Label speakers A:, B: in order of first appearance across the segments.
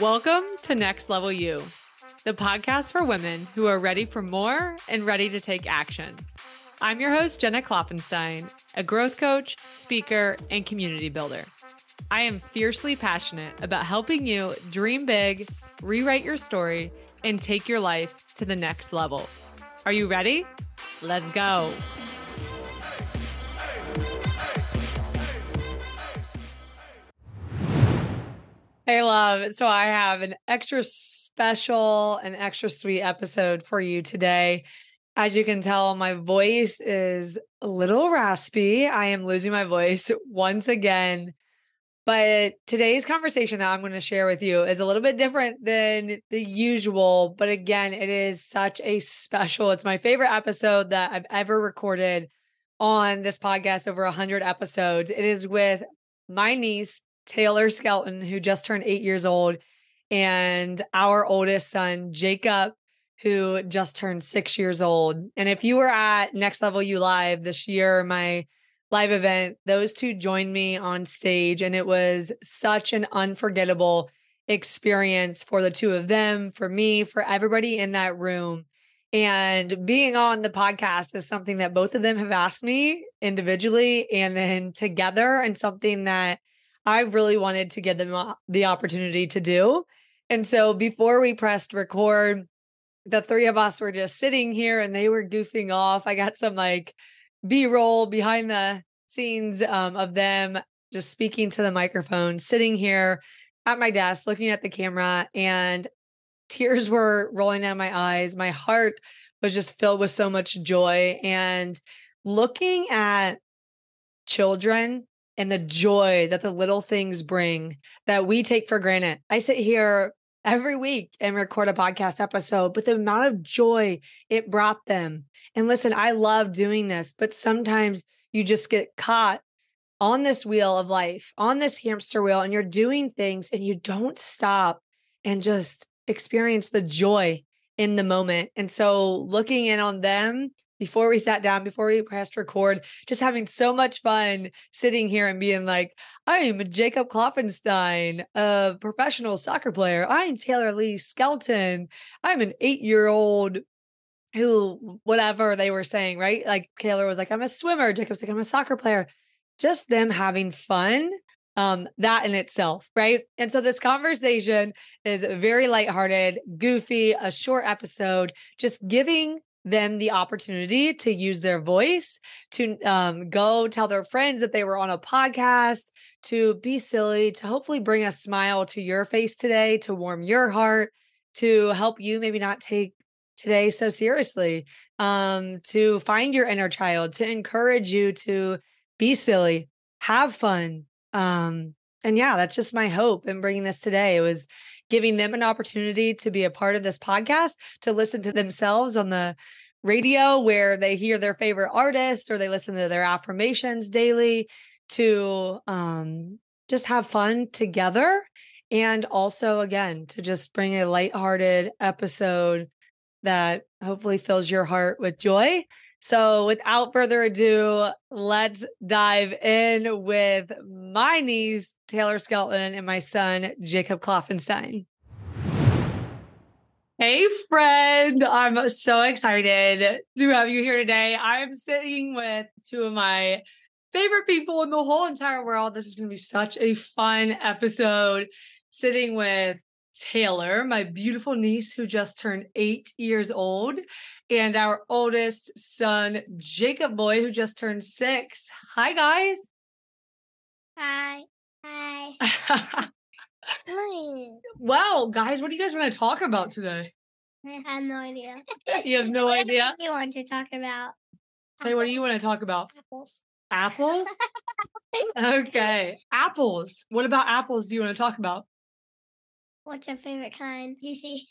A: Welcome to Next Level You, the podcast for women who are ready for more and ready to take action. I'm your host, Jenna Kloppenstein, a growth coach, speaker, and community builder. I am fiercely passionate about helping you dream big, rewrite your story, and take your life to the next level. Are you ready? Let's go. Hey, love. So, I have an extra special and extra sweet episode for you today. As you can tell, my voice is a little raspy. I am losing my voice once again. But today's conversation that I'm going to share with you is a little bit different than the usual. But again, it is such a special. It's my favorite episode that I've ever recorded on this podcast over 100 episodes. It is with my niece, Taylor Skelton, who just turned eight years old, and our oldest son, Jacob, who just turned six years old. And if you were at Next Level You Live this year, my live event, those two joined me on stage, and it was such an unforgettable experience for the two of them, for me, for everybody in that room. And being on the podcast is something that both of them have asked me individually and then together, and something that I really wanted to give them the opportunity to do. And so before we pressed record, the three of us were just sitting here and they were goofing off. I got some like B roll behind the scenes um, of them just speaking to the microphone, sitting here at my desk, looking at the camera, and tears were rolling down my eyes. My heart was just filled with so much joy. And looking at children and the joy that the little things bring that we take for granted. I sit here every week and record a podcast episode, but the amount of joy it brought them. And listen, I love doing this, but sometimes you just get caught on this wheel of life, on this hamster wheel, and you're doing things and you don't stop and just experience the joy in the moment. And so looking in on them, before we sat down, before we pressed record, just having so much fun sitting here and being like, I'm Jacob Klopfenstein, a professional soccer player. I'm Taylor Lee Skelton. I'm an eight year old who, whatever they were saying, right? Like Taylor was like, I'm a swimmer. Jacob's like, I'm a soccer player. Just them having fun. Um, that in itself, right? And so this conversation is very lighthearted, goofy, a short episode, just giving them the opportunity to use their voice to um, go tell their friends that they were on a podcast to be silly to hopefully bring a smile to your face today to warm your heart to help you maybe not take today so seriously um, to find your inner child to encourage you to be silly have fun um, and yeah that's just my hope in bringing this today it was giving them an opportunity to be a part of this podcast, to listen to themselves on the radio where they hear their favorite artist or they listen to their affirmations daily, to um, just have fun together. And also, again, to just bring a lighthearted episode that hopefully fills your heart with joy. So, without further ado, let's dive in with my niece, Taylor Skelton, and my son, Jacob Kloffenstein. Hey, friend. I'm so excited to have you here today. I'm sitting with two of my favorite people in the whole entire world. This is going to be such a fun episode. Sitting with Taylor, my beautiful niece who just turned eight years old, and our oldest son, Jacob Boy, who just turned six. Hi, guys.
B: Hi. Hi.
A: wow, guys, what do you guys want to talk about today?
B: I have no idea.
A: You have no
B: What
A: idea.
B: do you want to talk about? Um,
A: Hey, what do you want to talk about?
B: Apples.
A: Apples? Okay. Apples. What about apples do you want to talk about?
B: What's your favorite kind? Juicy.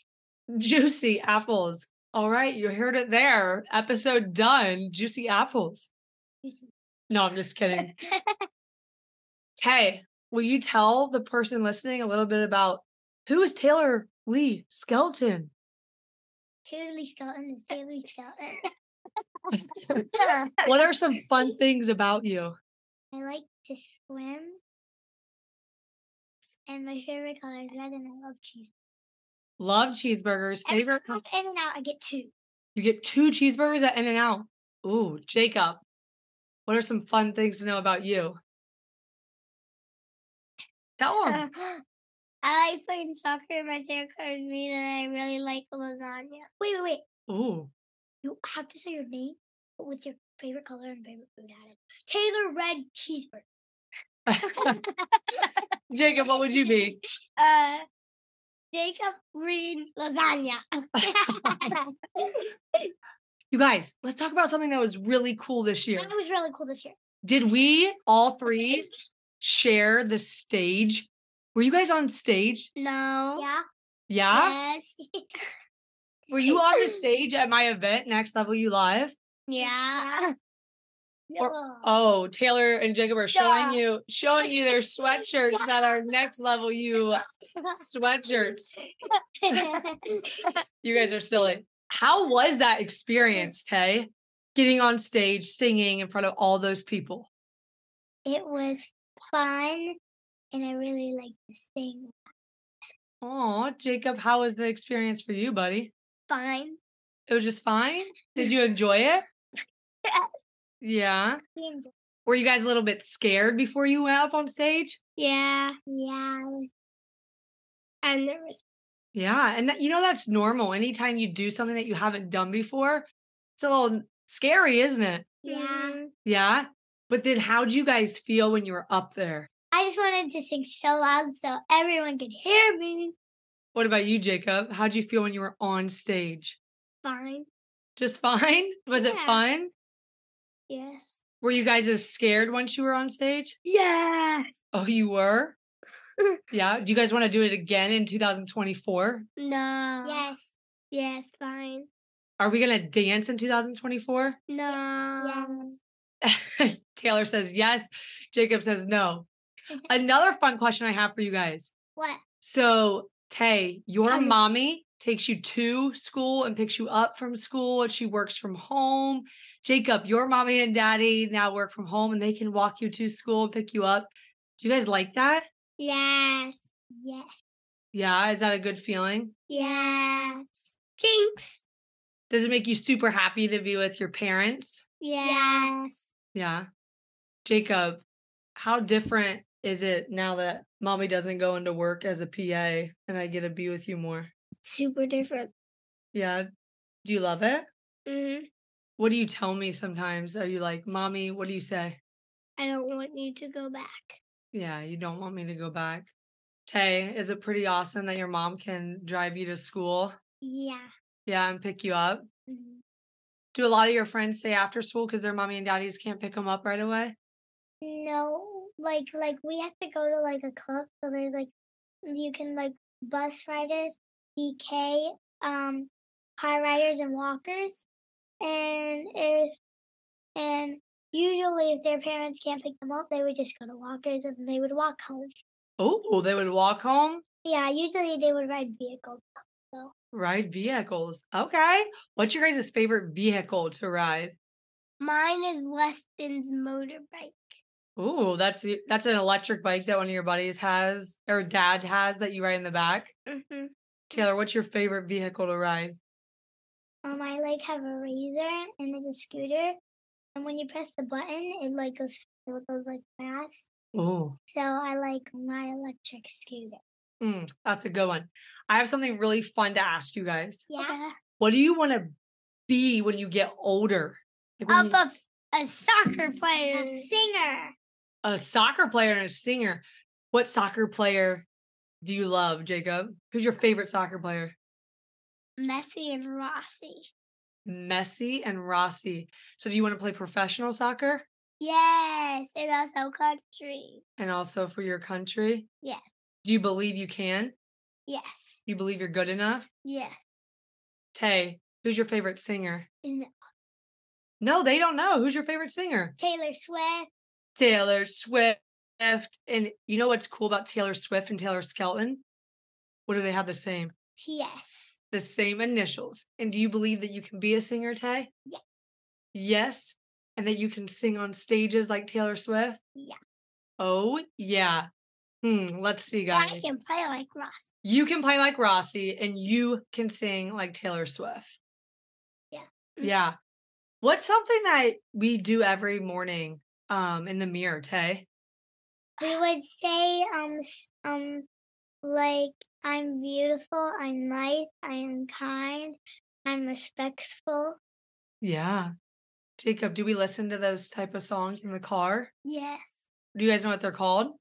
A: Juicy apples. All right, you heard it there. Episode done. Juicy apples.
B: Juicy.
A: No, I'm just kidding. Tay, will you tell the person listening a little bit about who is Taylor Lee Skelton?
B: Totally skeleton is totally skeleton.
A: What are some fun things about you?
B: I like to swim. and my favorite color is red, and I love cheese.
A: Love cheeseburgers.
B: Every
A: Favorite.
B: time I go In and out, I get two.
A: You get two cheeseburgers at In and Out. Ooh, Jacob. What are some fun things to know about you? Tell them.
B: Uh, I like playing soccer. My favorite color is green, and I really like lasagna. Wait, wait, wait.
A: Ooh,
B: You have to say your name, but with your favorite color and favorite food added. Taylor Red Cheeseburger.
A: Jacob, what would you be?
B: uh, Jacob Green Lasagna. that
A: You guys, let's talk about something that was really cool this year.
B: was really cool this year.
A: Did we all three share the stage? Were you guys on stage?
B: No. Yeah.
A: Yeah.
B: Yes.
A: Were you on the stage at my event, Next Level You Live?
B: yeah.
A: Or- Oh, Taylor and Jacob are
B: Yeah.
A: showing you showing you their sweatshirts that are next level you uh, sweatshirts. You guys are silly. How was that experience, Tay? Getting on stage, singing in front of all those people.
B: it was fun, and I really like this thing.
A: Oh, Jacob, how was the experience for you, buddy?
B: Fine.
A: It was just fine. Did you enjoy it?
B: Yes.
A: Yeah. Were you guys a little bit scared before you went up on stage?
B: Yeah. Yeah. I'm nervous.
A: Yeah. And that, you know, that's normal. Anytime you do something that you haven't done before, it's a little scary, isn't it?
B: Yeah.
A: Mm-hmm. Yeah. But then how'd you guys feel when you were up there?
B: I just wanted to sing so loud so everyone could hear me.
A: What about you, Jacob? How'd you feel when you were on stage?
B: Fine.
A: Just fine? Was it
B: Yeah.
A: fun?
B: Yes.
A: Were you guys as scared once you were on stage?
B: Yes.
A: Oh, you were? yeah. Do you guys want to do it again in 2024?
B: No. Yes. Yes. Fine.
A: Are we going to dance in 2024?
B: No.
A: Taylor says yes. Jacob says no. Another fun question I have for you guys.
B: What?
A: So, Tay, your
B: Um,
A: mommy takes you to school and picks you up from school, and she works from home. Jacob, your mommy and daddy now work from home and they can walk you to school and pick you up. Do you guys like that?
B: Yes. Yes.
A: Yeah, is that a good feeling?
B: Yes. Jinx.
A: Does it make you super happy to be with your parents?
B: Yes.
A: Yeah. Jacob, how different is it now that mommy doesn't go into work as a PA and I get to be with you more?
B: Super different.
A: Yeah. Do you love it?
B: Mm-hmm.
A: What do you tell me sometimes? Are you like, Mommy, what do you say?
B: I don't want you to go back.
A: Yeah, you don't want me to go back. Tay, is it pretty awesome that your mom can drive you to school?
B: Yeah. Mm-hmm.
A: Yeah, and pick you up. Do a lot of your friends stay after school because their mommy and daddies can't pick them up right away?
B: No, like like we have to go to like a club, so there's like you can like bus riders, DK, um, car riders and walkers, and if and usually if their parents can't pick them up, they would just go to walkers and they would walk home.
A: Oh, they would walk home,
B: Yeah, usually they would ride vehicles.
A: ride vehicles. Okay. What's your guys' favorite vehicle to ride?
B: Mine is Weston's motorbike.
A: Oh, that's y- that's an electric bike that one of your buddies has or dad has that you ride in the back.
B: Mm-hmm.
A: Taylor, what's your favorite vehicle to ride?
B: Um, I like have a razor and it's a scooter, and when you press the button, it like goes it goes like fast.
A: Oh,
B: So I like my electric scooter.
A: Mm, that's a good one. I have something really fun to ask you guys.
B: Yeah.
A: What do you want to be when you get older? Like when
B: Up
A: you-
B: a, f- a soccer player. A singer.
A: a soccer player and a singer. What soccer player do you love, Jacob? Who's your favorite soccer player?
B: Messi and Rossi.
A: Messi and Rossi. So, do you want to play professional soccer
B: Yes. And also country.
A: and also for your country?
B: Yes.
A: Do you believe you can? Do
B: Yes.
A: you believe you're good enough?
B: Yes.
A: Tay, who's your favorite singer?
B: And
A: No, they don't know. Who's your favorite singer?
B: Taylor Swift.
A: Taylor Swift. And you know what's cool about Taylor Swift and Taylor Skelton? What do they have the same?
B: T.S.
A: The same initials. And do you believe that you can be a singer, Tay?
B: Yeah.
A: Yes. And that you can sing on stages like Taylor Swift?
B: Yeah.
A: Oh, yeah. Hmm, let's see,
B: Yeah,
A: guys.
B: I can play like Ross.
A: You can play like Rossi and you can sing like Taylor Swift.
B: Yeah.
A: Yeah. What's something that we do every morning um in the mirror, Tay?
B: We would say um s- um like I'm beautiful, I'm nice, I am kind, I'm respectful.
A: Yeah. Jacob, do we listen to those type of songs in the car?
B: Yes.
A: Do you guys know what they're called?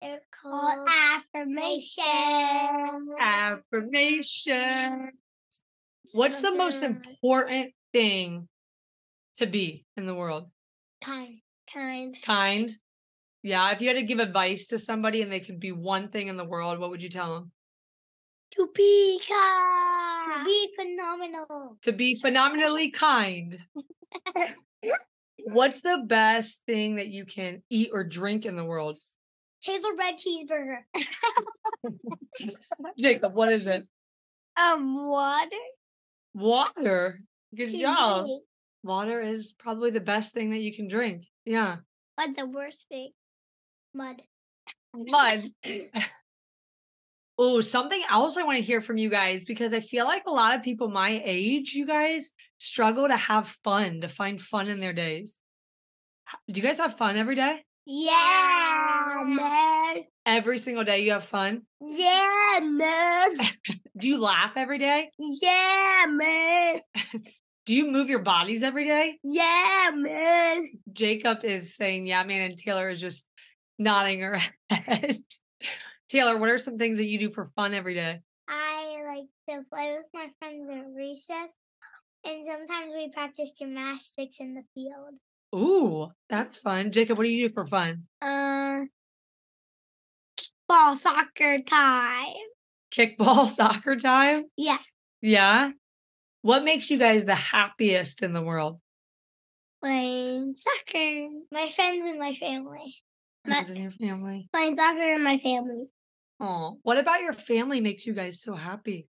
B: They're
C: called
B: called affirmation.
A: Affirmation. What's the most
B: Mm-hmm.
A: important thing to be in the world?
B: kind? Kind.
A: Kind. Yeah. If you had to give advice to somebody and they could be one thing in the world, what would you tell them?
B: To be kind. To be phenomenal.
A: to be phenomenally kind. What's the best thing that you can eat or drink in the world?
B: Taylor Red Cheeseburger.
A: Jacob, what is it?
B: um, water.
A: Water. Good
B: to
A: job.
B: drink,
A: Water is probably the best thing that you can drink. Yeah.
B: But the worst thing, mud.
A: Mud. oh, something else I want to hear from you guys because I feel like a lot of people my age, you guys, struggle to have fun, to find fun in their days. H- Do you guys have fun every day?
B: Yeah, man.
A: Every single day you have fun?
B: Yeah, man.
A: Do you laugh every day?
B: Yeah, man.
A: Do you move your bodies every day?
B: Yeah, man.
A: Jacob is saying, yeah, man. And Taylor is just nodding her head. Taylor, what are some things that you do for fun every day?
B: I like to play with my friends at recess, and sometimes we practice gymnastics in the field.
A: Ooh, that's fun. Jacob, what do you do for fun?
B: Uh, ball soccer time.
A: Kickball, soccer time?
B: Yeah.
A: Yeah. What makes you guys the happiest in the world?
B: Playing soccer. My friends and my family. My-
A: Friends and your family.
B: Playing soccer and my family.
A: Oh, what about your family makes you guys so happy?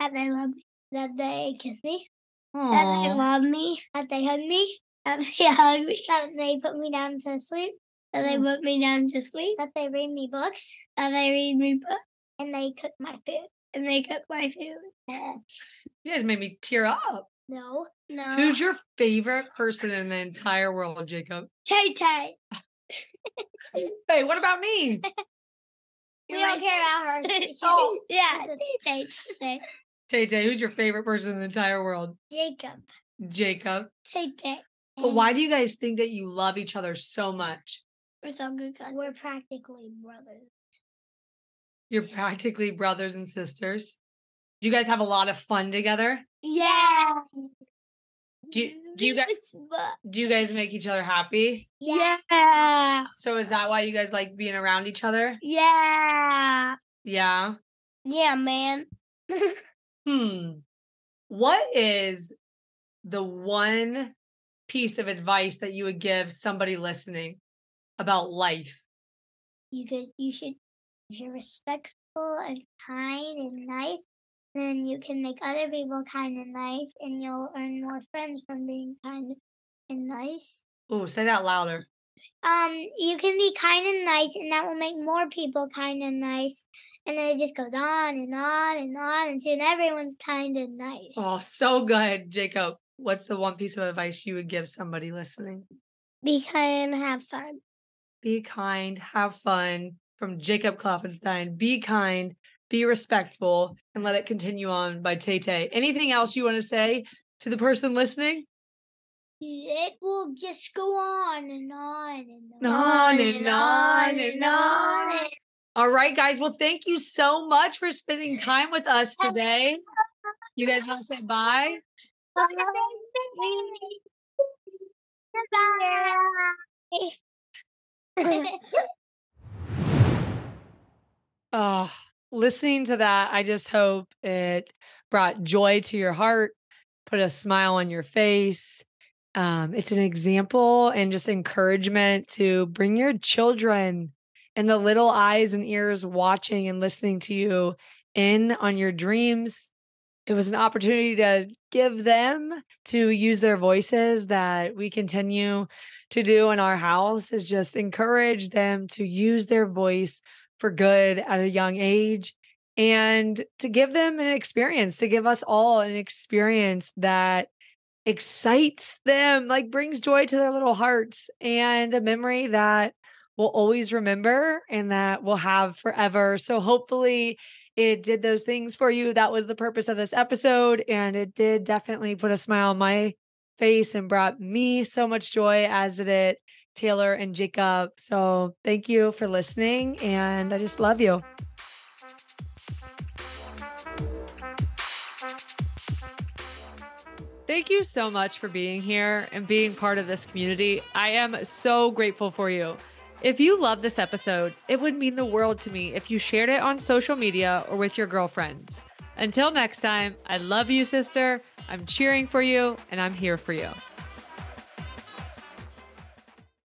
B: That they love me. That they kiss me. that they
A: Aw,
B: love me, that they hug me, that they hug me, that they put me down to sleep, that they
A: Mm.
B: put me down to sleep, that they read me books, that they read me books, and they cook my food, and they cook my food.
A: you guys made me tear up.
B: no, no.
A: Who's your favorite person in the entire world, Jacob?
B: Tay Tay?
A: Hey, what about me?
B: We
C: You're
B: don't
C: my
B: care about her. She's-
A: Oh.
B: yeah, Tay Tay.
A: Tay Tay, who's your favorite person in the entire world?
B: Jacob,
A: Jacob.
B: Tay Tay.
A: But why do you guys think that you love each other so much?
B: We're so good. We're practically brothers.
A: You're practically brothers and sisters. Do you guys have a lot of fun together?
B: Yeah.
A: Do you- do you guys-
B: It's bu-
A: Do you guys make each other happy?
B: Yeah.
C: Yeah.
A: So is that why you guys like being around each other?
C: Yeah.
A: Yeah.
B: Yeah, man.
A: Hmm. What is the one piece of advice that you would give somebody listening about life?
B: you could you should if you're respectful and kind and nice then you can make other people kind and nice and you'll earn more friends from being kind and nice
A: Oh, say that louder.
B: um you can be kind and nice and that will make more people kind and nice and then it just goes on and on and on until everyone's kind and nice
A: Oh, so good, Jacob. What's the one piece of advice you would give somebody listening?
B: be kind and have fun
A: Be kind, have fun. From Jacob Kloffenstein. Be kind, be respectful, and let it continue on by Tay Tay. Anything else you want to say to the person listening?
B: it will just go on and on and
A: On and on and on. All right, guys. Well, thank you so much for spending time with us today. You guys want to say bye? Oh, listening to that, I just hope it brought joy to your heart, put a smile on your face. Um, it's an example and just encouragement to bring your children and the little eyes and ears watching and listening to you in on your dreams. It was an opportunity to give them to use their voices that we continue to do in our house is just encourage them to use their voice for good at a young age and to give them an experience, to give us all an experience that excites them, like brings joy to their little hearts and a memory that we'll always remember and that we'll have forever. So hopefully it did those things for you. That was the purpose of this episode. And it did definitely put a smile on my face and brought me so much joy as it did Taylor and Jacob. So thank you for listening. And I just love you. Thank you so much for being here and being part of this community. I am so grateful for you. If you love this episode, it would mean the world to me if you shared it on social media or with your girlfriends. Until next time, I love you, sister. I'm cheering for you and I'm here for you.